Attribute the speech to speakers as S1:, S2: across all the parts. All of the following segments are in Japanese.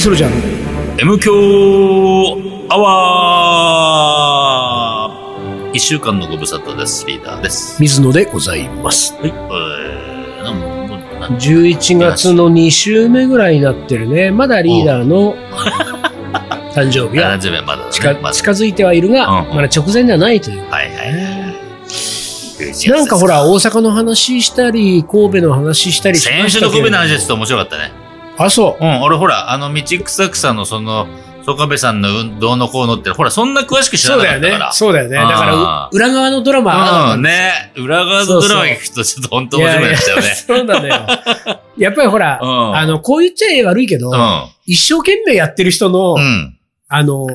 S1: するじゃん
S2: M 強アワー一週間のご無沙汰です。リーダーです。
S1: 水野でございます
S2: はい。えー、なんもうなん
S1: 11月の2週目ぐらいになってるねまだリーダーの 誕生日
S2: あ
S1: は
S2: 全部まだだね
S1: 近
S2: まだ
S1: 近づいてはいるが、
S2: うんうん
S1: まだ直前ではないという
S2: はいはいはい。
S1: なんかほら、大阪の話したり、神戸の話したりしま
S2: 先
S1: し
S2: 週
S1: た
S2: の
S1: け
S2: 神
S1: ど
S2: 戸の話ですと面白かったね。
S1: あ、そ
S2: うん、俺ほら、あの、道草草のその、曽我部さんの運動のこうのって、ほら、そんな詳しく
S1: う。
S2: 知ら
S1: そう
S2: な
S1: だよ
S2: かったか
S1: ね
S2: ら。。
S1: そうだよね。だ
S2: あー
S1: から、う裏側のドラマはあなかった
S2: うん、
S1: んですよ。
S2: ね。裏側のドラマ聞くとちょっと本当面白くなっち
S1: いや
S2: ゃう
S1: いや
S2: ね。
S1: そうなのよ。やっぱりほら、
S2: うん
S1: あの、こう言っちゃ悪いけど、一生懸命やってる人の、
S2: うん。うん。
S1: あの、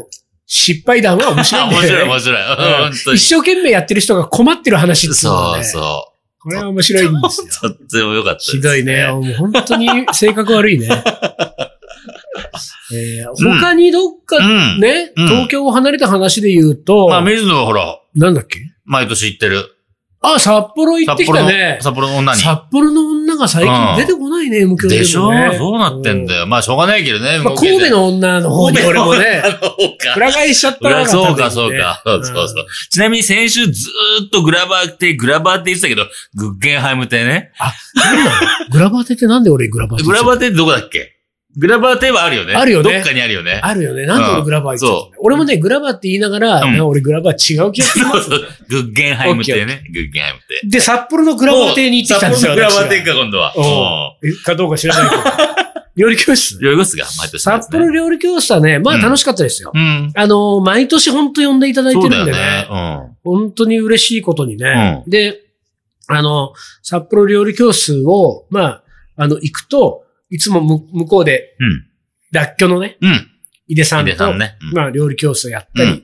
S1: 失敗談は面白いんだ
S2: 面白い
S1: よね。
S2: 面白い。
S1: うん
S2: 本当に。
S1: 一
S2: そ
S1: 生懸命やってる人が困ってる話っていうのは
S2: う
S1: ね
S2: そ
S1: これは面白いんですよ。
S2: う。とっても良かったです
S1: ひどいね。。もう本当に性格悪 いね。えー
S2: うん
S1: 他にどっか、
S2: うん
S1: ね、
S2: うん
S1: 東京を離れた話で言うと、
S2: まあ、水野はほら、
S1: なんだっけ
S2: 毎年行ってる。
S1: あ、札幌行ってき
S2: 札幌
S1: た
S2: の、
S1: ね。
S2: 札幌の女に。
S1: 札幌の女が最近出てこないね、M 響
S2: でしょ
S1: ね
S2: そうなってんだ
S1: よ。
S2: よ。まあ、しょうがないけどね。
S1: まあ、神戸の女の方に俺もね、
S2: そうか。
S1: 裏返しちゃった
S2: 裏
S1: な
S2: そうか、そうか。そううんそうそう。ちなみに先週ずーっとグラバーって、グラバーって言ってたけど、グッゲンハイム亭ね。
S1: グラバテってなんで俺グラバテ
S2: グラバー亭ってどこだっけグラバー亭はあるよね。
S1: あるよね
S2: どっかにあるよね。
S1: あるよね。なんで俺グラバー言っちゃったの
S2: うん
S1: 俺もね、グラバーって言いながら、
S2: うん
S1: なんか俺グラバー違う気がする。
S2: そうそう。グッゲンハイム亭ね。グッゲンハイム亭。
S1: で、札幌のグラバー亭に行ってきたんですよ。
S2: もう札幌
S1: 私
S2: のグラバー亭
S1: が
S2: か、今度は。
S1: おうえかどうか知らないけど。料理教室
S2: うん。よいますが、毎年のやつ
S1: 札
S2: ね。
S1: 幌料理教室はね、まあ
S2: うん
S1: 楽しかったですよ。
S2: うん。
S1: あの、毎年本当呼んでいただいて
S2: そ
S1: る
S2: うんだ
S1: で
S2: よ
S1: ね。
S2: ね。
S1: 本当に嬉しいことにね。
S2: う
S1: で、あの、札幌料理教室を、まあ、あの、行くと、いつもむ向こうで、
S2: うん
S1: らっきょのね、
S2: うん。うん。
S1: 井出さ
S2: ヒ
S1: ん
S2: デ
S1: と、
S2: さんね。うん
S1: まあ、料理教室をやったり、
S2: うん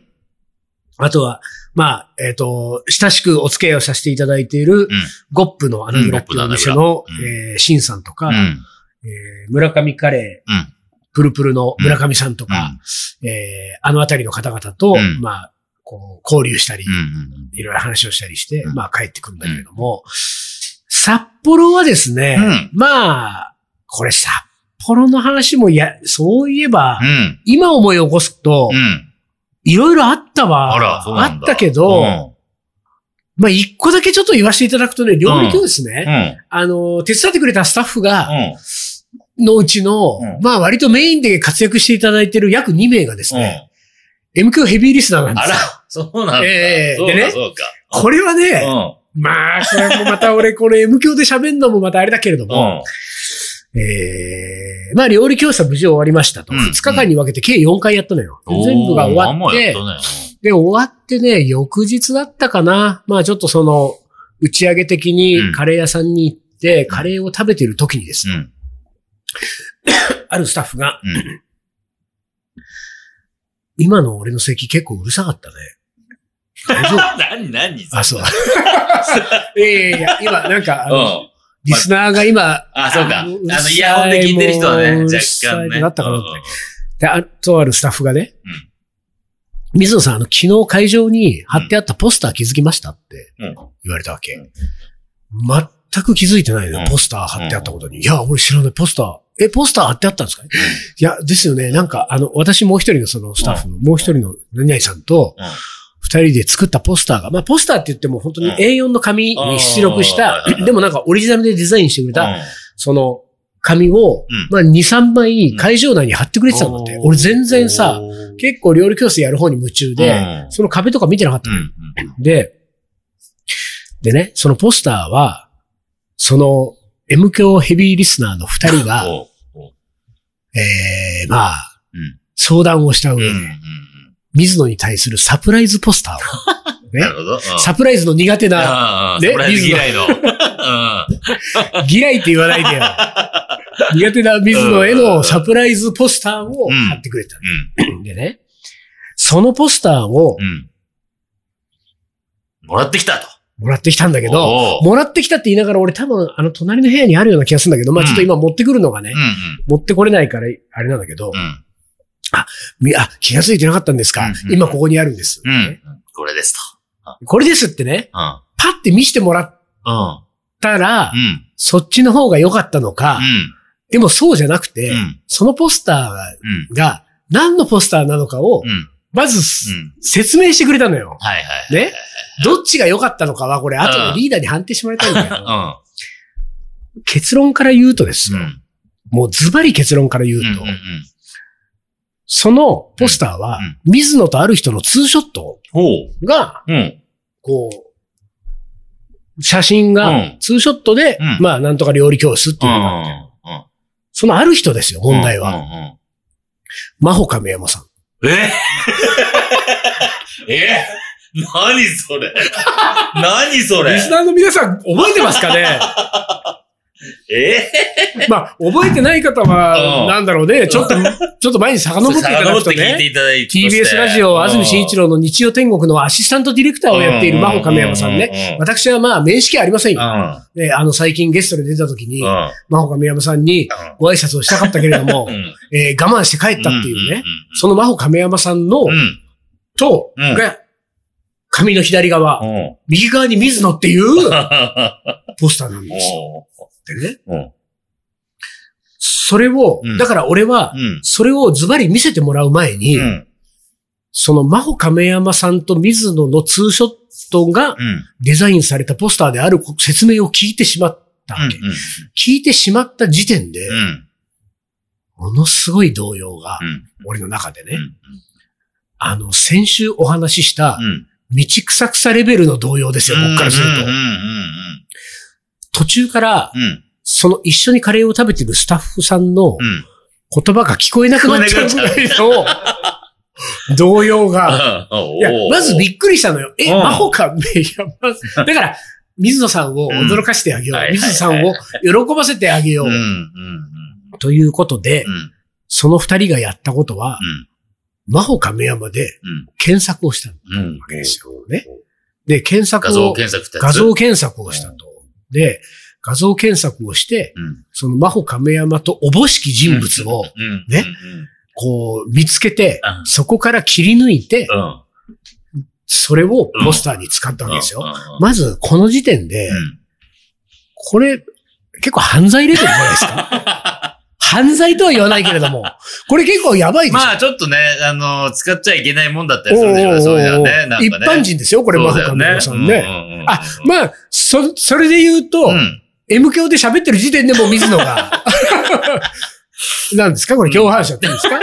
S1: あとは、まあ、えっ、と、親しくお付き合いをさせていただいている、ゴップの穴村っていうお店の、
S2: うんゴップの穴
S1: えー、シンさんとか、
S2: うん。うん
S1: えー村上カレー、
S2: うん
S1: プルプルの村上さんと
S2: う
S1: か、
S2: ん
S1: えーあのあたりの方々と、
S2: うん
S1: まあ、こう、交流したり、
S2: うん
S1: いろいろ話をしたりして、
S2: うん
S1: まあ帰ってくるんだけれども、札幌はですね、
S2: うん
S1: まあ、これ札幌の話もや、そういえば、
S2: うん。
S1: 今思い起こすと
S2: う、ん。
S1: いろいろあったわ。
S2: あら、そうなんだ。
S1: あったけど、
S2: うん
S1: まあ一個だけちょっと言わせていただくとね、料理教室ね、
S2: うん。
S1: あの、手伝ってくれたスタッフ
S2: う
S1: が、
S2: ん。
S1: のうちの、
S2: うん
S1: まあ割とメインで活躍していただいている約2名がですね、MQ ヘビーリスナーなんで
S2: あ
S1: すよ。
S2: ら、そうなんだ。
S1: ええ
S2: そうか
S1: でね
S2: そうか。
S1: これはね、
S2: う
S1: まあ、これもまた俺、これ M 教で喋んのもまたあれだけれども、
S2: ん。う
S1: え
S2: ん。
S1: えまあ料理教室は無事終わりましたと。
S2: うん
S1: 2日間に分けて計4回やったのよ。全部が終
S2: おーまあ
S1: わ
S2: ま
S1: っ
S2: あや
S1: て
S2: った、ね
S1: で、終わってね、翌日だったかな。まあちょっとその、打ち上げ的
S2: うん
S1: にカレー屋さんに行って、カレーを食べてる時にです
S2: う
S1: ね、
S2: ん。
S1: あるスタッフが、
S2: うん。
S1: 今の俺の席結構うるさかったね。大 丈夫
S2: 何、何
S1: あ、そう。 いやいやいや、今なんか、あ
S2: う
S1: の
S2: ん。
S1: リスナーが今、
S2: あ、そうか。あの
S1: うるさ、い
S2: イヤホンで聞いてる人はね、
S1: もうう
S2: 若
S1: るさい
S2: 干ね。
S1: なったかな
S2: うん
S1: で、あとあるスタッフがね、水野さん、あの、昨日会場に貼ってあったポスター気づきましたって
S2: うん
S1: 言われたわけ。
S2: うん
S1: 全く気づいてないの
S2: う
S1: よ
S2: ん、
S1: ポスター貼ってあったことに。いや、俺知らない、ポスター。え、ポスター貼ってあったんですかいや、ですよね。なんか、あの、私もう一人のそのスタッフの、もう一人の何々さんと
S2: うん、
S1: 二人で作ったポスターが、まあ、ポスターって言っても本当に
S2: うん
S1: A4 の紙に出力し
S2: あ
S1: た
S2: ーはいはいは、い
S1: でもなんかオリジナルでデザインしてくれた、その、紙を
S2: うん、
S1: まあ、2、3枚会場内に貼ってくれてたんだって。俺全然さ、、
S2: うん
S1: 結構料理教室やる方に夢中で、、その壁とか見てなかった
S2: うん
S1: の
S2: う
S1: よ、
S2: ん。
S1: で、でね、そのポスターは、その、M 教ヘビーリスナーの二人が、
S2: おう
S1: えー、まあ、
S2: うん
S1: 相談をした
S2: うん
S1: 上、
S2: うん
S1: 水野に対するサプライズポスター
S2: うん。なる
S1: を、ね、
S2: ほど。うん
S1: サプライズの苦手な、
S2: ああ、
S1: ね
S2: サプライズ
S1: リズム
S2: 嫌いの。うん
S1: 嫌いって言わない でよ。苦手な水野へのサプライズポスターを
S2: うん
S1: 貼ってくれた。でね、そのポスターを
S2: うん。うん。もらってきたと。
S1: もらってきたんだけど、
S2: おう
S1: もらってきたって言いながら、俺多分、あの、隣の部屋にあるような気がするんだけど、まあ
S2: うん
S1: ちょっと今持ってくるのがね、
S2: うんうん
S1: 持ってこれないから、あれなんだけど、
S2: うん。
S1: みあ、気がついてなかったんですか、
S2: うん
S1: 今ここにあるんです、
S2: う
S1: ね
S2: ん。これです
S1: これですってね、
S2: と。うん。
S1: パって見せてもらっ
S2: うん。
S1: たら、
S2: うん。
S1: そっちの方が良かったのか
S2: う、ん。
S1: でもそうじゃなくて、
S2: うん。
S1: そのポスタ
S2: うん。
S1: ーが何のポスターなのかを
S2: う、ん。
S1: まず
S2: うん。
S1: 説明してくれたのよ。
S2: はいはい。
S1: ねどっちが良かったのかは、これ、後でリーダーに判定してもらいたいんだけど、
S2: う
S1: 結論から言うとです
S2: ん。う
S1: よ、
S2: ん。
S1: もうズバリ結論から言う
S2: うん。うん
S1: と、。そのポスターは
S2: うん、
S1: 水野とある人のツーショット
S2: ほう。
S1: が、
S2: うん。
S1: こう、写真
S2: う
S1: が
S2: ん、
S1: ツーショットで、
S2: うん
S1: まあ、なんとか料理教室って
S2: う
S1: い
S2: ん
S1: うのが、。そのある人ですよ、問題は。
S2: は。
S1: 真帆亀山さん。
S2: ええ何それ何それ
S1: リスナーの皆さん、覚えてますかね
S2: え
S1: まあ、覚えてない方
S2: う
S1: は、
S2: ん
S1: なんだろうね。ちょっと、ちょっと前に遡っていただくと
S2: 聞いて
S1: ね。
S2: いただいて。
S1: TBS ラジオ、安住慎一郎の日曜天国のアシスタントディレクターをやっている真帆亀山さんね。
S2: ね。
S1: 私はまあ、面識ありません
S2: う
S1: よ。
S2: ん。
S1: ね、あの、最近ゲストで出た時に、
S2: うん。
S1: 真帆亀山さんにご挨拶をしたかったけれども、えー我慢して帰ったっていうね。。その真帆亀山さんの
S2: う、ん。
S1: と、
S2: うん
S1: が、髪の左側、
S2: うん。
S1: 右側に水野っていう ポスターなんです
S2: う
S1: ってね。
S2: ん。
S1: それを
S2: うん、
S1: だから俺は、
S2: う
S1: それをズバリ見せてもらう前に、
S2: ん。
S1: その真帆亀山さんと水野のツーショットが
S2: うん。
S1: デザインされたポスターである説明を聞いてしまったわけ。聞いてしまった時点で、
S2: うん。
S1: ものすごい動揺が、俺の中でね、あの、先週お話しした、
S2: うん。
S1: 道草草レベルの動揺ですよ、僕からする
S2: うん。うん。
S1: と。途中から、
S2: うん。
S1: その一緒にカレーを食べてるスタッフさんの
S2: うん。
S1: 言葉が聞こえなくなっちゃうぐらいの動揺 が。いや、まずびっくりしたのよ。え、
S2: うん
S1: 真帆か、いや、まず、だから、水野さんを驚かしてあげよ
S2: うん
S1: う。水野さんを喜ばせてあげよ
S2: うん。うん。
S1: う。ということで
S2: う、ん。
S1: その二人がやったことは、真帆亀山で
S2: うん
S1: 検索をしたわ
S2: うん。うん。
S1: けですよね。で、検索
S2: 画像
S1: を、
S2: 検索って
S1: 画像検索をしたと。で、画像検索をして、
S2: うん。
S1: その真帆亀山とおぼしき人物を、
S2: うん。
S1: こう、見つけて
S2: う、ん
S1: そこから切り抜いて
S2: う、ん。
S1: それをポスターに使ったわけですよ。
S2: う
S1: まず、この時点で、
S2: ん。
S1: これ、結構犯罪レベルじゃないです か犯罪とは言わないけれども、これ結構や ばいでしょ、
S2: まあ、ちょっとね、あの、使っちゃいけないもんだったりするんでしょうね、そういうのはね。なん
S1: 一
S2: かね
S1: 般人ですよ、これ、マ
S2: そう
S1: ホ
S2: だよ
S1: カメ
S2: ね
S1: ラさんね。
S2: うんうんうん
S1: あ、まあ、そ、それで言うと、
S2: うん。
S1: M 教で喋ってる時点でもう水野 が、なんですかこれ共犯者って言うんですか、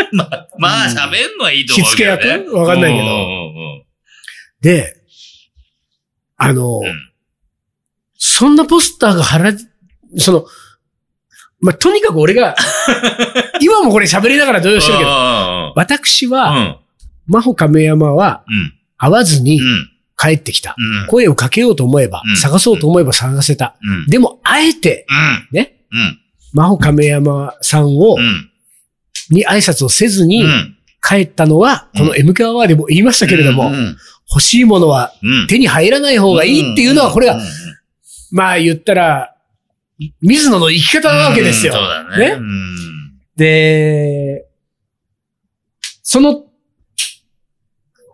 S2: まあ、
S1: うん
S2: 喋んのはいいと思うけどね。
S1: 火付け役わかんないけど
S2: う
S1: で、あの、
S2: んうんうんうん
S1: そんなポスターが貼ら、その、まあ、とにかく俺 が、今もこれ喋りながら動揺してるけど、
S2: ど。
S1: 私
S2: うん。
S1: は、
S2: うん。
S1: 真帆亀山は
S2: うん。
S1: 会わずに
S2: うん。
S1: 帰ってきた。
S2: うん。
S1: 声をかけようと思えば
S2: うん、
S1: 探そうと思えば探せた。
S2: うん。
S1: でも、あえて、
S2: うん。
S1: ね、
S2: うん。
S1: 真帆亀山さんを
S2: う、ん。
S1: に挨拶をせずに
S2: うん。
S1: 帰ったのは、この
S2: う
S1: MK アワーでも言いましたけれど
S2: う
S1: も、
S2: ん。
S1: 欲しいものは
S2: うん。
S1: 手に入らない方がいいっていうのは、これ
S2: うん
S1: が、まあ言ったら、水野の生き方なわけですよ。
S2: うんそうだね。
S1: ね
S2: うん。
S1: で、その、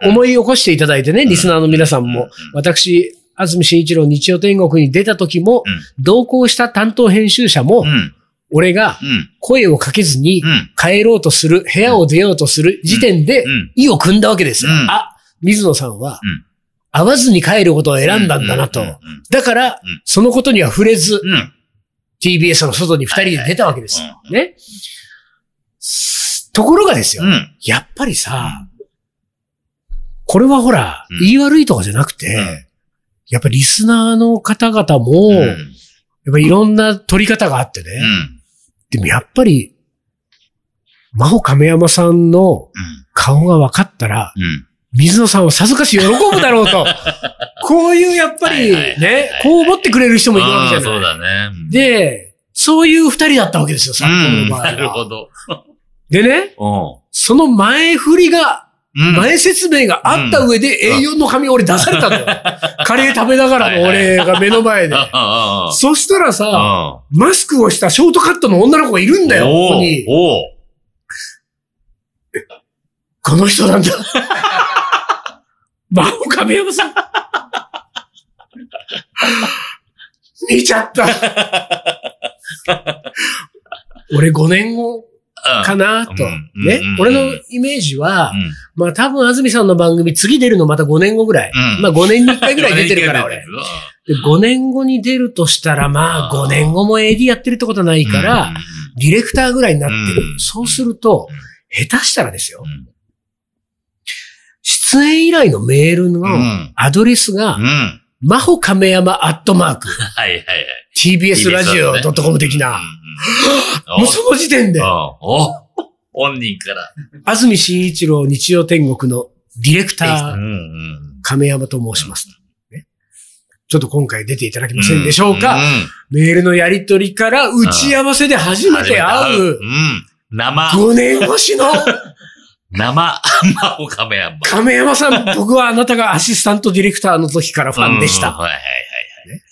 S1: 思い起こしていただいてね、
S2: うん
S1: リスナーの皆さんも、
S2: うん
S1: 私、安住紳一郎日曜天国に出た時も、
S2: うん
S1: 同行した担当編集者も、
S2: うん。
S1: 俺が
S2: うん。
S1: 声をかけずに
S2: う、ん。
S1: 帰ろうとする、部屋を出ようとする時点で
S2: う、ん。
S1: 意を組んだわけですよ。
S2: うん
S1: あ、水野さんは
S2: うん、
S1: 会わずに帰ることを選んだんだなと。
S2: うん。うん
S1: だから
S2: うん、
S1: そのことには触れず、
S2: うん。うん。
S1: TBS の外に二人で出たわけですよ
S2: はいは。
S1: ね。すところがですよ
S2: う。ん。
S1: やっぱりさ、これはほら、言い悪いとかじゃなくて、やっぱりリスナーの方々も、
S2: うん。う
S1: やっ
S2: ん。
S1: ぱいろんな取り方があって
S2: う
S1: ね。
S2: ん。
S1: でもやっぱり、真帆亀山さんの顔が分かったら、
S2: うん。
S1: 水野さんはさぞかし喜ぶだろうと。 こういうやっぱり
S2: はいはいはいはい
S1: ね、こう思ってくれる人もいるわ
S2: あ
S1: け
S2: あ、
S1: じゃ
S2: そう
S1: ない。
S2: だね。うん
S1: で、そういう二人だったわけですよ、
S2: う
S1: 最
S2: ん。
S1: 高の場合
S2: なるほ
S1: は。
S2: ど。
S1: でね、
S2: う
S1: その前振りが、
S2: ん。うん。
S1: 前説明があった上で
S2: うん
S1: A4 の紙俺出されたんだよ。 カレー食べながらの俺が目の前で。
S2: ああ
S1: そしたら
S2: あ
S1: さ、
S2: あ。
S1: マスクをしたショートカットの女の子がいるんだよ、ここに。
S2: おお
S1: この人なん だ。真帆亀山さん。 見ちゃった。俺5年後
S2: う
S1: か
S2: ん。
S1: なと。
S2: うんうん
S1: ね
S2: うん。
S1: 俺のイメージは
S2: う、ん
S1: まあ多分安住さんの番組次出るのまた5年後ぐらい。
S2: うん
S1: まあ5年に1回ぐらい出てるから俺。
S2: う
S1: で5年後に出るとしたらまあ5年後も AD やってるってことはない
S2: ん
S1: から、、ディレクターぐらいになって
S2: うん
S1: る。そうすると
S2: うん、
S1: 下手したらですよ
S2: う。ん
S1: 出演依頼のメールの
S2: うん。
S1: アドレス
S2: う
S1: が、
S2: ん。
S1: マホ亀山アットマーク、
S2: はいはいはい。
S1: TBS ラジオ .com 的
S2: うん
S1: な。
S2: うん。
S1: もうその時点で
S2: うん、お本人から。
S1: 安住紳一郎日曜天国のディレクター、
S2: うんうん。
S1: 亀山と申します。ねちょっと今回出ていただけませんでしょうか、
S2: ん
S1: メールのやりとりから打ち合わせで初めて会う
S2: うん。生、
S1: 5年越しの
S2: 生、マホカメラマン。
S1: 亀山さん、僕はあなたがアシスタントディレクターの時からファンでし
S2: うん
S1: た。
S2: はいはいはいはい。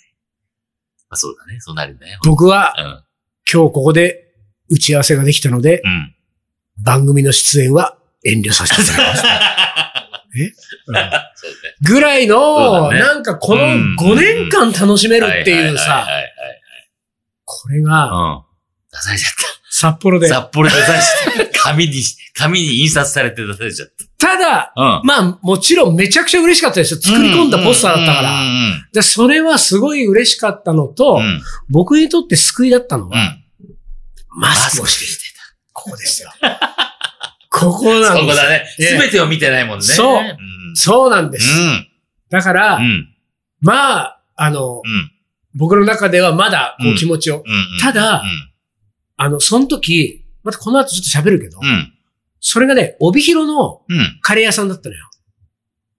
S2: あそうだね。そうなるね。
S1: 僕は
S2: うん。
S1: 今日ここで打ち合わせができたので、
S2: うん。
S1: 番組の出演は遠慮させていただきます。
S2: そうだね。
S1: ぐらい
S2: そ
S1: の、
S2: うだね
S1: なんかこの
S2: うん
S1: 5年間楽しめるっていう
S2: は
S1: さ、
S2: いはいはい
S1: これが
S2: はい。うん。出されちゃっ
S1: 札幌
S2: た。
S1: で、
S2: 札幌で出されちゃった。紙に、紙に印刷されて出されちゃった
S1: だ、
S2: た。うん。
S1: まあもちろんめちゃくちゃ嬉しかったですよ。作り込んだポスターだったから。
S2: うん
S1: でそれはすごい嬉しかったのと、
S2: うんうん。うん
S1: 僕にとって救いだったの
S2: う
S1: は、
S2: ん。
S1: マスクをしてきてた。ここですよ。 ここ
S2: そ
S1: な
S2: こ
S1: んです。
S2: だね。
S1: ええ
S2: すべてを見てないもんね。
S1: そうんそうなんです。だから、
S2: うん。うん。
S1: まあ、あの、
S2: うん。
S1: 僕の中ではまだこう気持ちを、
S2: うん。
S1: ただあの、その時、またこの後ちょっと喋るけど、
S2: うん、うん。
S1: それがね、帯広の
S2: うん。
S1: カレー屋さんだったのよ。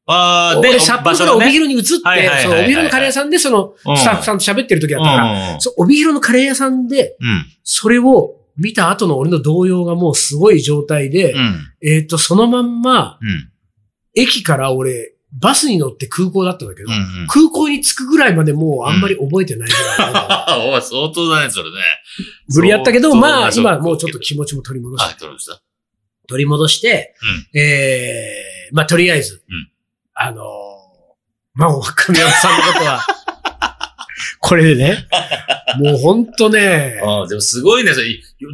S2: ああ、
S1: で、札幌から帯広に移って、そ
S2: はいはいはいはい
S1: の帯広のカレー屋さんでそのスタッフさんと喋ってる時だったから、
S2: ら
S1: そう帯広のカレー屋さんで、
S2: うん。
S1: それを見た後の俺の動揺がもうすごい状態で、
S2: うん。
S1: えっと、そのまんま、
S2: うん。
S1: 駅から俺、バスに乗って空港だったんだけど、
S2: うん。
S1: 空港に着くぐらいまでもうあんまり覚えてないぐらいだから、
S2: ああ、おい相当だね、それね。
S1: 無理やったけど、
S2: そう
S1: まあ、
S2: そう
S1: 今もうちょっと気持ちも取り戻し
S2: あ
S1: て、、
S2: どうでした
S1: 取り戻して、ええまあ、とりあえず、
S2: うん
S1: あのーまあ、神山さんのこと は、これでね、もうほんとね、
S2: ああ、でもすごいね、それ。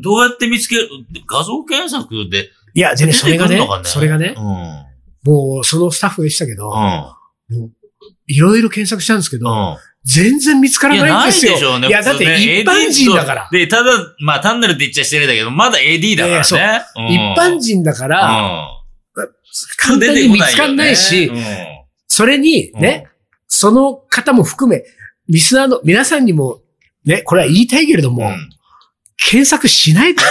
S2: どうやって見つける画像検索で。
S1: いや、でね、それが
S2: 出
S1: ね
S2: てくんのか、ね
S1: それがね
S2: う、ん。うん。
S1: もうそのスタッフでしたけど、いろいろ検索したんですけど、
S2: うん。
S1: 全然見つから
S2: いや、
S1: ない
S2: な
S1: で
S2: んい
S1: すよ。
S2: でしょうね。
S1: いやだって
S2: 普通ね
S1: 一般人だか
S2: AD
S1: ら
S2: と。で、ただ、まあ、単なるって言っちゃ失礼だけど、まだ AD だ
S1: い
S2: からね。うん
S1: 一般人だから、
S2: う
S1: 簡
S2: ん。
S1: 単に見つかんないし、
S2: うん
S1: それに、ね、、その方も含め、リスナーの皆さんにも、ね、これは言いたいけれど
S2: うん
S1: も、
S2: うん
S1: 検索しないで、 ね。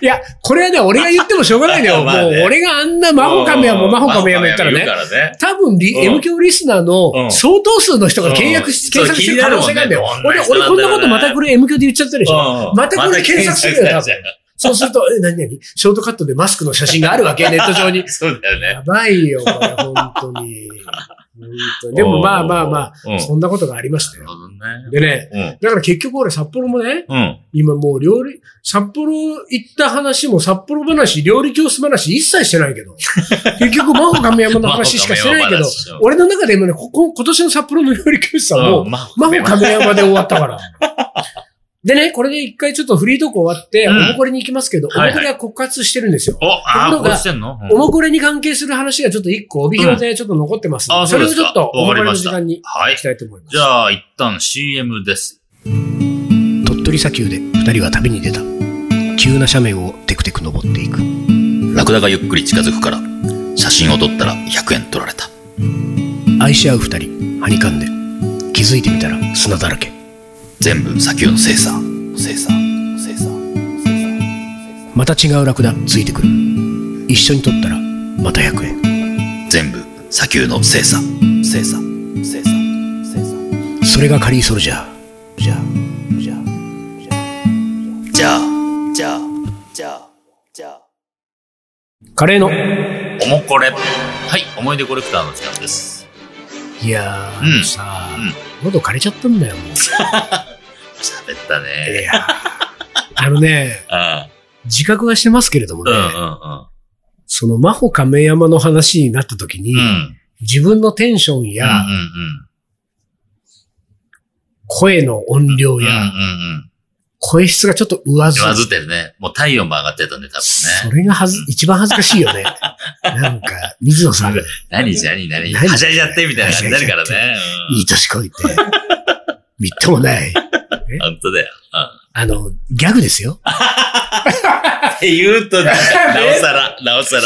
S1: いや、これはね、俺が言ってもしょうがないのよ。
S2: まあね
S1: もう俺があんな魔法亀山、魔法亀山言ったら
S2: マ
S1: ね
S2: ホ。カメラ言うからね
S1: 多分リ、
S2: うん
S1: M 教リスナー
S2: う
S1: の
S2: ん
S1: 相当数の人が契約し、
S2: うん
S1: 検索してる可能性があるんだよ
S2: そう気。になる
S1: 俺、
S2: もんね
S1: 俺こんなことまたこれ M 教で言っちゃってる でしょ。
S2: うん
S1: またこれで検索するよ
S2: また検索した
S1: そうすると、え、何々ショートカットでマスクの写真があるわけ、ネット上に
S2: じゃん。そうだよね。
S1: やばいよ、これ、本当に。本当にでもまあまあま
S2: うん、
S1: あ、そんなことがありました
S2: なる
S1: よ。
S2: ほどね。
S1: でね、
S2: うん。
S1: だから結局俺札幌もね、
S2: うん。
S1: 今もう料理、札幌行った話も札幌話、料理教室話一切してない けど、結局真帆亀山の話しかしてないけど
S2: 真帆亀山の話、
S1: 俺の中で今ね、ここ、今年の札幌の料理教室はもう、
S2: ん、ま
S1: 真帆亀山で終わった から。でね、これで一回ちょっとフリートーク終わって、
S2: うん
S1: おもこれに行きますけど、お
S2: はいはい
S1: もこれは枯渇してるんですよ。
S2: お、あ
S1: と
S2: あ、
S1: ころ
S2: こ
S1: が
S2: うしてんの
S1: おもこれに関係する話がちょっと一個、帯広でちょっと残ってますので、
S2: うんあ
S1: それを
S2: そう
S1: ち
S2: で
S1: ょ
S2: す
S1: っ
S2: か
S1: と、おもこれの時間に
S2: は
S1: 行
S2: い
S1: き。たいと思います。
S2: じゃあ、一旦 CM です。
S1: 鳥取砂丘で2人は旅に出た急な斜面をテクテク登っていく
S2: ラクダがゆっくり近づくから、写真を撮ったら100円取られた。
S1: 愛し合う2人はにかんで気づいてみたら砂だらけ
S2: 全部砂丘の精査。精査。精査。
S1: また違うラクダついてくる一緒に撮ったらまた100円
S2: 全部砂丘の精査。精査。精査。精査。
S1: それがカリーソルジャーじゃあじゃあ
S2: じゃあ、じゃあ、じゃあ、じゃあ。
S1: カレーの
S2: おもこれ。はい、思い出コレクターの時間です。
S1: いやー、
S2: うん
S1: さあ、
S2: うん
S1: 喉枯れちゃったんだよもう
S2: 喋った
S1: い
S2: ね。
S1: やーあのね
S2: あ
S1: 自覚はしてますけれども
S2: あう
S1: ね、
S2: んうん
S1: その真帆亀山の話になった時に、
S2: うん。うん。
S1: 自分のテンション
S2: うんうん
S1: や
S2: うん。
S1: 声の音量
S2: うんうん
S1: や、
S2: うん。
S1: 声質がちょっと上ず
S2: 上ずってるね。もう体温も上がってたんで、多分
S1: そ
S2: ね。
S1: れがはず、一番恥ずかしい よね。なんか、水野さんが、
S2: 何何何
S1: 何
S2: はしゃいじゃってみたいな感じになるから
S1: はしゃい
S2: ね。うん
S1: いい年こいて、みっともない。
S2: 本当だよ。
S1: あの、ギャグですよ。
S2: うん言うと なんか、なおさら、なおさら。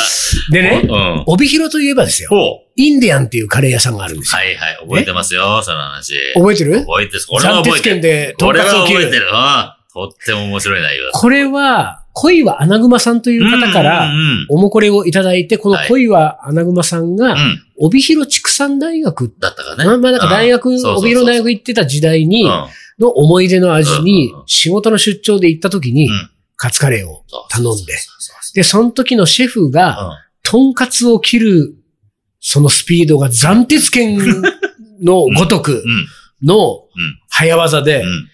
S1: でね、
S2: うん。
S1: 帯広といえばですよ。
S2: ほう。
S1: インディアンっていうカレー屋さんがあるんですよ。
S2: はいはい。覚えてますよ、その話。
S1: 覚えてる
S2: 覚えてる。俺は
S1: 三
S2: 覚え
S1: 鉄
S2: て
S1: 県
S2: る。
S1: で、とん
S2: 俺
S1: か
S2: は
S1: つを切
S2: 覚えて
S1: る。
S2: る。うん。とっても面白い内容だった。
S1: これは、恋はアナグマさんという方か
S2: う
S1: ら、
S2: んうん
S1: おもこれをいただいて、この恋はアナグマさん
S2: うん。う
S1: が、
S2: ん。
S1: 帯広畜産大学、
S2: だったかね。
S1: まあまあなんか大学、
S2: うんそうそうそう
S1: 帯広大学行ってた時代に
S2: う、ん。
S1: の思い出の味に
S2: うんうんうん、
S1: 仕事の出張で行った時に
S2: うん、
S1: カツカレーを
S2: そう
S1: 頼んで
S2: そうそうそう
S1: で、その時のシェフが、
S2: うん
S1: とんかつを切る、そのスピードが斬鉄剣のごとく
S2: うん。
S1: の
S2: うん
S1: 早技で、
S2: うん。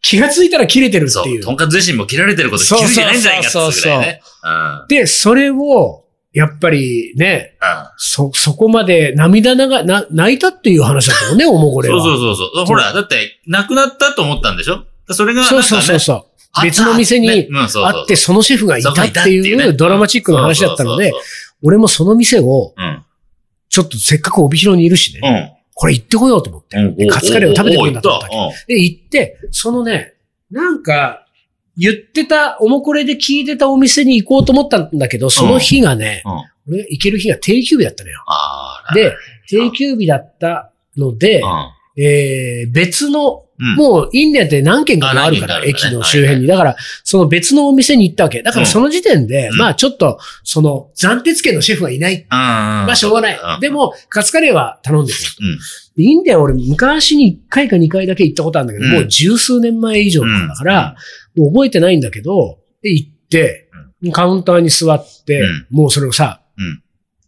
S1: 気がついたら切れてるって
S2: そ。
S1: いうう
S2: と。んかつ自身も切られてること気づいてないんじゃないかっていうぐらいね。うん。うん。
S1: で、それを、やっぱりね、そ、そこまで涙なが、な、泣いたっていう話だった もんね、おもごれ
S2: そう
S1: は。
S2: そうそうそう。ほら、だって、亡くなったと思ったんでしょそれが、
S1: そうそうそう
S2: なんかね
S1: そう。
S2: あった
S1: 別の店に
S2: ねうんそうそう
S1: あって、そのシェフがいたっていうドラマチックな話だったので、
S2: そうそうそ
S1: 俺もその店を、
S2: ううん。
S1: ちょっとせっかく帯広にいるしね、
S2: うん。
S1: これ行ってこようと思って。
S2: うん
S1: カツカレーを食べてくるんだと思ったわけ
S2: おおおお
S1: で、行って、そのね、なんか、言ってた、おもこれで聞いてたお店に行こうと思ったんだけど、その日がね、
S2: うんうん
S1: 俺が行ける日が定休日だったのよ。
S2: ああ、
S1: で、定休日だったので、えー、別の、
S2: うん
S1: もう、インディアンって何軒か
S2: あ
S1: もあるから、
S2: 何軒かあ
S1: 駅
S2: るね
S1: の周辺に。だから、その別のお店に行ったわけ。だからその時点で、
S2: うん
S1: まあちょっと、その、暫定券のシェフはいない。
S2: ま
S1: まあしょうがない。で、も、カツカレーは頼んでくれ
S2: うん
S1: でインディアン俺昔に1回か2回だけ行ったことあるんだけど、
S2: うん
S1: もう十数年前以上とかだから、もう覚えてないんだけど、で、行って、カウンターに座って、
S2: うん
S1: もうそれをさ、
S2: うん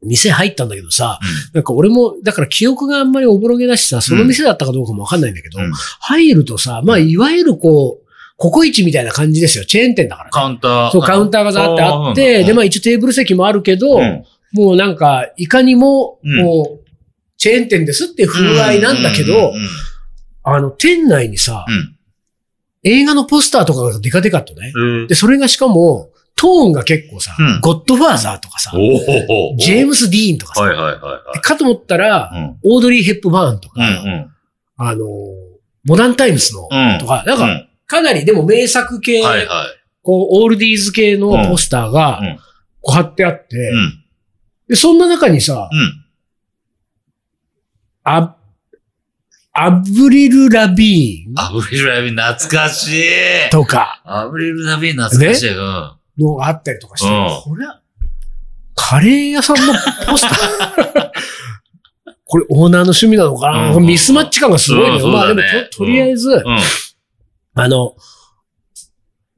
S1: 店入ったんだけどさ、
S2: うん
S1: なんか俺も、だから記憶があんまりおぼろげだしさ、その店だったかどうかもわかんないんだけど、
S2: うん
S1: 入るとさ、まあいわゆるこう、ココイチみたいな感じですよ。チェーン店だからね、
S2: カウンター。
S1: そう、カウンターがざーってあって、で、まあ一応テーブル席もあるけど、もうなんか、いかにも、
S2: うん
S1: もう、チェーン店ですっていう風合いなんだけど、あの、店内にさ、映画のポスターとかがデカデカっとね。で、それがしかも、トーンが結構さ、
S2: うん
S1: ゴッドファーザーとかさ、
S2: おお
S1: ジェームス・ディーンとかさ、
S2: はいはいはいは
S1: でかと思ったら、
S2: い。うん。
S1: オードリー・ヘップバーンと
S2: う
S1: か、
S2: ん
S1: あのー、モダンタイムスの、
S2: うん。
S1: とか、なん
S2: う
S1: か、
S2: ん
S1: かなりでも名作系、
S2: はいはい。
S1: こう、オールディーズ系のポスターが
S2: うんうん、
S1: こう貼ってあって、
S2: うん。
S1: で、そんな中にさ、
S2: うん。
S1: あ、アブリル・ラビーン
S2: アブリル・ラビン懐かしい。
S1: とか
S2: アブリル・ラビン懐かしい。うん。
S1: のがあったりとかして、
S2: うん
S1: これは、カレー屋さんのポスター。 これオーナーの趣味なのかな、
S2: うん
S1: ミスマッチ感がすごいね。
S2: うん
S1: まあで
S2: そうだ
S1: も
S2: ね
S1: と、とりあえず、
S2: うん。
S1: あの、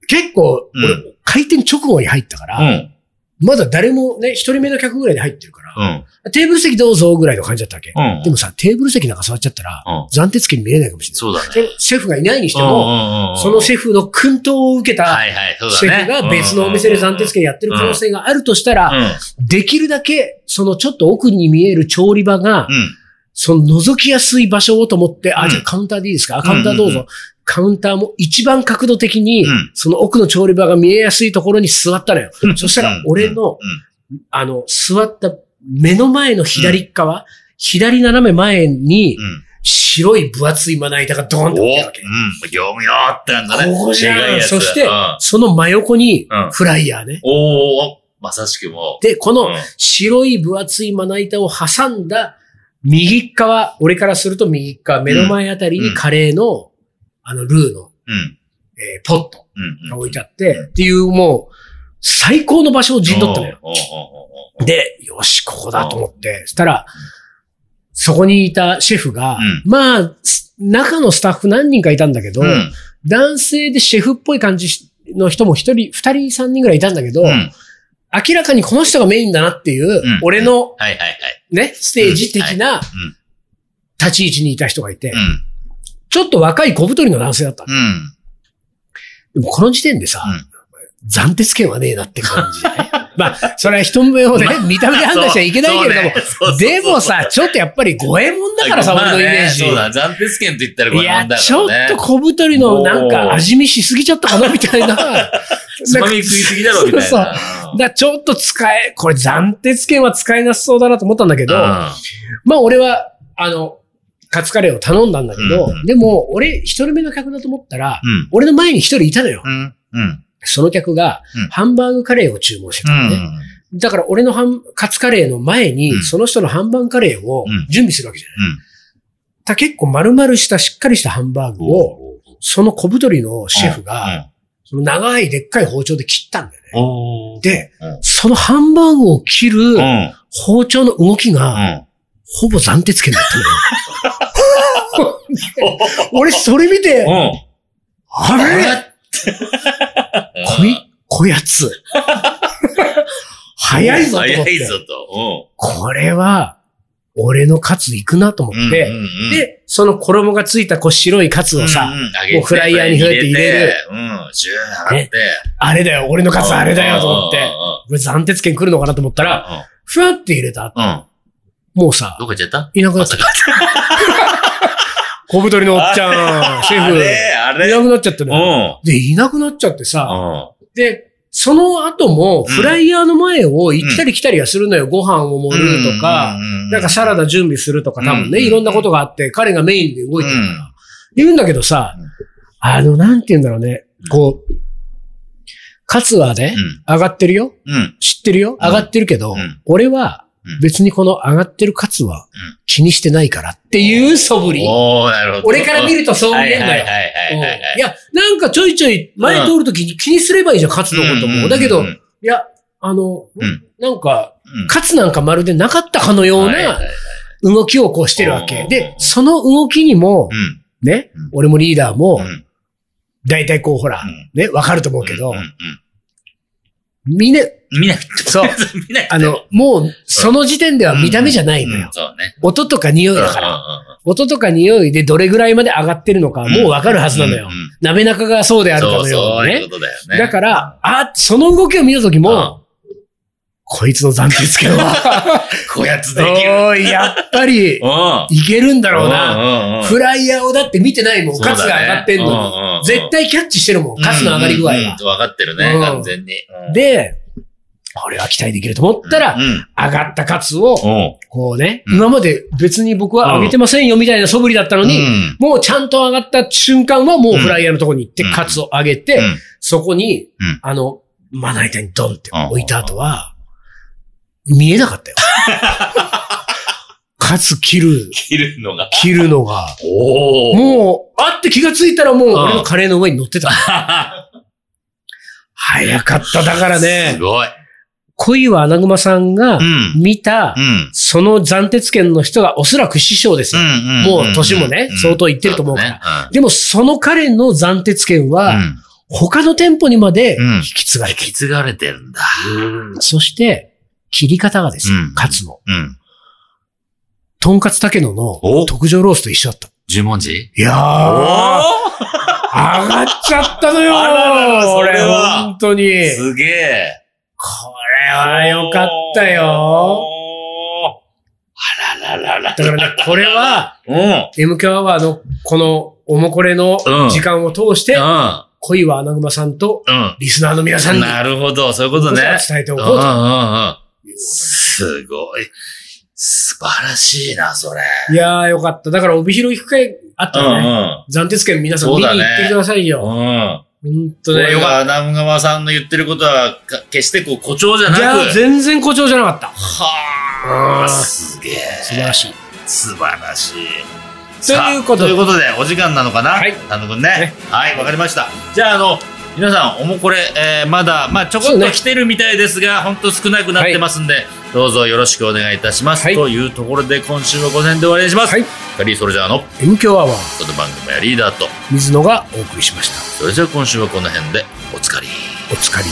S1: 結構、
S2: うん
S1: 俺、開店直後に入ったから、
S2: うん。
S1: まだ誰もね、一人目の客ぐらいで入ってるから、
S2: うん。
S1: テーブル席どうぞぐらいの感じだったわけ。
S2: うん。
S1: でもさ、テーブル席なんか座っちゃったら、
S2: うん。
S1: 暫定付に見れないかもしれない。
S2: そうだね。
S1: でシェフがいないにしても、
S2: も
S1: そのシェフの訓導を受けた
S2: はいはい、そうだ
S1: シ
S2: ね。
S1: ェフが別のお店で暫定付けやってる可能性があるとしたら、できるだけ、そのちょっと奥に見える調理場が
S2: う、ん。
S1: その覗きやすい場所をと思って、
S2: う
S1: あ、
S2: ん
S1: じゃあカウンターでいいですかあカウンターどう
S2: うんうんう
S1: ぞ。カウンターも一番角度的に
S2: うん、
S1: その奥の調理場が見えやすいところに座ったのよ。
S2: うん。
S1: そしたら俺の
S2: うん、うん
S1: あの、座った目の前の左側、左斜め前に
S2: う、ん。
S1: 白い分厚いまな板がドーンと置いてあるわけ
S2: お。うん。業務用ってなんだね。
S1: ここじ
S2: でかい
S1: ゃん
S2: やつ
S1: そして
S2: うん、
S1: その真横に
S2: うん、
S1: フライヤーね。
S2: おーおーまさしくもう。
S1: で、この
S2: うん
S1: 白い分厚いまな板を挟んだ右側、俺からすると右側、目の前あたりにカレーの、あの、ルーの、
S2: うん。
S1: えーポット
S2: うん。
S1: が
S2: うん
S1: 置いてあって、っていうもう、最高の場所を陣取ったのよ。
S2: おーおーお
S1: で、よし、ここだと思って、そしたら、そこにいたシェフが、
S2: うん
S1: まあ、す中のスタッフ何人かいたんだけど、
S2: ーおーうん。
S1: 男性でシェフっぽい感じの人も一人、二人三人ぐらいいたんだけど、
S2: うん。
S1: 明らかにこの人がメインだなっていう、
S2: ん
S1: 俺の
S2: はいはいはい。
S1: ね、ステージ的な
S2: うんうん
S1: 立ち位置にいた人がいて、
S2: うん。
S1: ちょっと若い小太りの男性だったの。
S2: うん。
S1: でもこの時点でさ
S2: うん、
S1: 暫定権はねえなって感じでね。まあ、それは人目をね、見た目で判断しちゃいけないけれども、でもさ、ちょっとやっぱり五右衛門だからさ、俺のイメージ。
S2: そうだ、暫定権と言ったら
S1: 五右衛門だから、ね。いや、ちょっと小太りのなんか味見しすぎちゃったかな、みたいな。。
S2: つまみ食いすぎだろ、みたいな。そうそう
S1: だちょっと使え、これ暫定権は使えなそうだなと思ったんだけど、まあ俺は、あの、カツカレーを頼んだんだけど、うんうん、でも、俺、一人目の客だと思ったら、うん、俺の前に一人いたのよ。うんうん、その客が、ハンバーグカレーを注文してたのね。うん、だから、俺のハンカツカレーの前に、その人のハンバーグカレーを準備するわけじゃない。だ結構丸々したしっかりしたハンバーグを、その小太りのシェフが、その長いでっかい包丁で切ったんだよね。で、そのハンバーグを切る包丁の動きが、ほぼ暫定つけになったのよ。 俺、それ見て、あれこい、こやつ。早いぞと思って。
S2: 早いぞと。
S1: これは、俺のカツいくなと思って、で、その衣がついたこう白いカツをさ、もうフライヤーに入れて入れる。
S2: うん、ジューって。
S1: あれだよ、俺のカツあれだよと思って、俺暫定券来るのかなと思ったら、ふわって入れた。もうさ、
S2: どこ行っちゃった
S1: いなくなっちゃった。小太りのおっちゃん、シェフ。いなくなっちゃったね。で、いなくなっちゃってさ。で、その後も、フライヤーの前を行ったり来たりはするのよ。ご飯を盛るとか、なんかサラダ準備するとか、多分ね、いろんなことがあって、彼がメインで動いてるから。言うんだけどさ、あの、なんて言うんだろうね。こう、カツはね、上がってるよ。知ってるよ。上がってるけど、俺は、別にこの上がってるカツは気にしてないからっていう素振り。
S2: おなるほど。
S1: 俺から見るとそう見えんだよ。いや、なんかちょいちょい前通るときに気にすればいいじゃん、カツのことも。だけど、いや、あの、なんか、カツなんかまるでなかったかのような動きをこうしてるわけ。で、その動きにも、ね、俺もリーダーも、大体こうほら、ね、わかると思うけど、みんな、
S2: 見なく
S1: て。そう。見なくて。 あの、もう、その時点では見た目じゃないのよ。
S2: そうね。
S1: 音とか匂いだから。音とか匂いでどれぐらいまで上がってるのか、もうわかるはずなのよ。なめなかがそうであるかのようにね。
S2: そうだよね。
S1: だから、あ、その動きを見たときも、こいつの暫定付 けは、
S2: こやつできる。
S1: おい、やっぱ り、いけるんだろうな。フライヤーをだって見てないもん。カツが上がってんのに。絶対キャッチしてるもん。カツの上がり具合が。
S2: わかってるね、完全に。
S1: で、俺は期待できると思ったら、上がったカツを、こうね、今まで別に僕は上げてませんよみたいな素振りだったのに、もうちゃんと上がった瞬間はもうフライヤーのとこに行ってカツを上げて、そこに、あの、まな板にドンって置いた後は、見えなか ったよ。カツ切る。
S2: 切るのが。
S1: 切るのが。もう、あって気がついたらもう俺のカレーの上に乗ってた。早かった、 だからね。
S2: すごい。
S1: 恋は穴熊さんが見た、その暫定権の人がおそらく師匠ですよ。もう年もね、相当いってると思うから。でもその彼の暫定権は、他の店舗にまで引き継がれてる。
S2: 引き継がれてるんだ。
S1: そして、切り方がですよ、カツの。とんかつたけのの特上ロースと一緒だった。
S2: 十文字
S1: いやー。上がっちゃったのよー。あらら、それは。本当に。
S2: すげえ。
S1: これは良かったよ。
S2: あらららら。
S1: だからね、これは、M 響アワーのこのおもこれの時間を通して、恋は穴熊さんと、リスナーの皆さんに。
S2: なるほど、そういうことね。
S1: 伝えておこうと。
S2: すごい。素晴らしいな、それ。
S1: いやー、よかった。だから、帯広行く会あったらね、暫定券皆さん見に行ってくださいよ。うん本当ね。
S2: よかった。ナムガマさんの言ってることは、決してこう誇張じゃなくいや、
S1: 全然誇張じゃなかった。
S2: はあ、すげえ。
S1: 素晴らしい。
S2: 素晴らしい。
S1: ということ
S2: で。ということで、お時間なのかなはい。ナム君ね。はい、わかりました。じゃあ、あの、皆さん、おもこれ、えー、まだ、まあ、ちょこっと来てるみたいですが、本当少なくなってますんで、どうぞよろしくお願いいたします。というところで、今週も午前で終わりにします。はい。カリーソルジャーの
S1: M 強アワ
S2: ー。この番組はリーダーと
S1: 水野がお送りしました。
S2: それじゃあ今週はこの辺でおつかり
S1: おつかり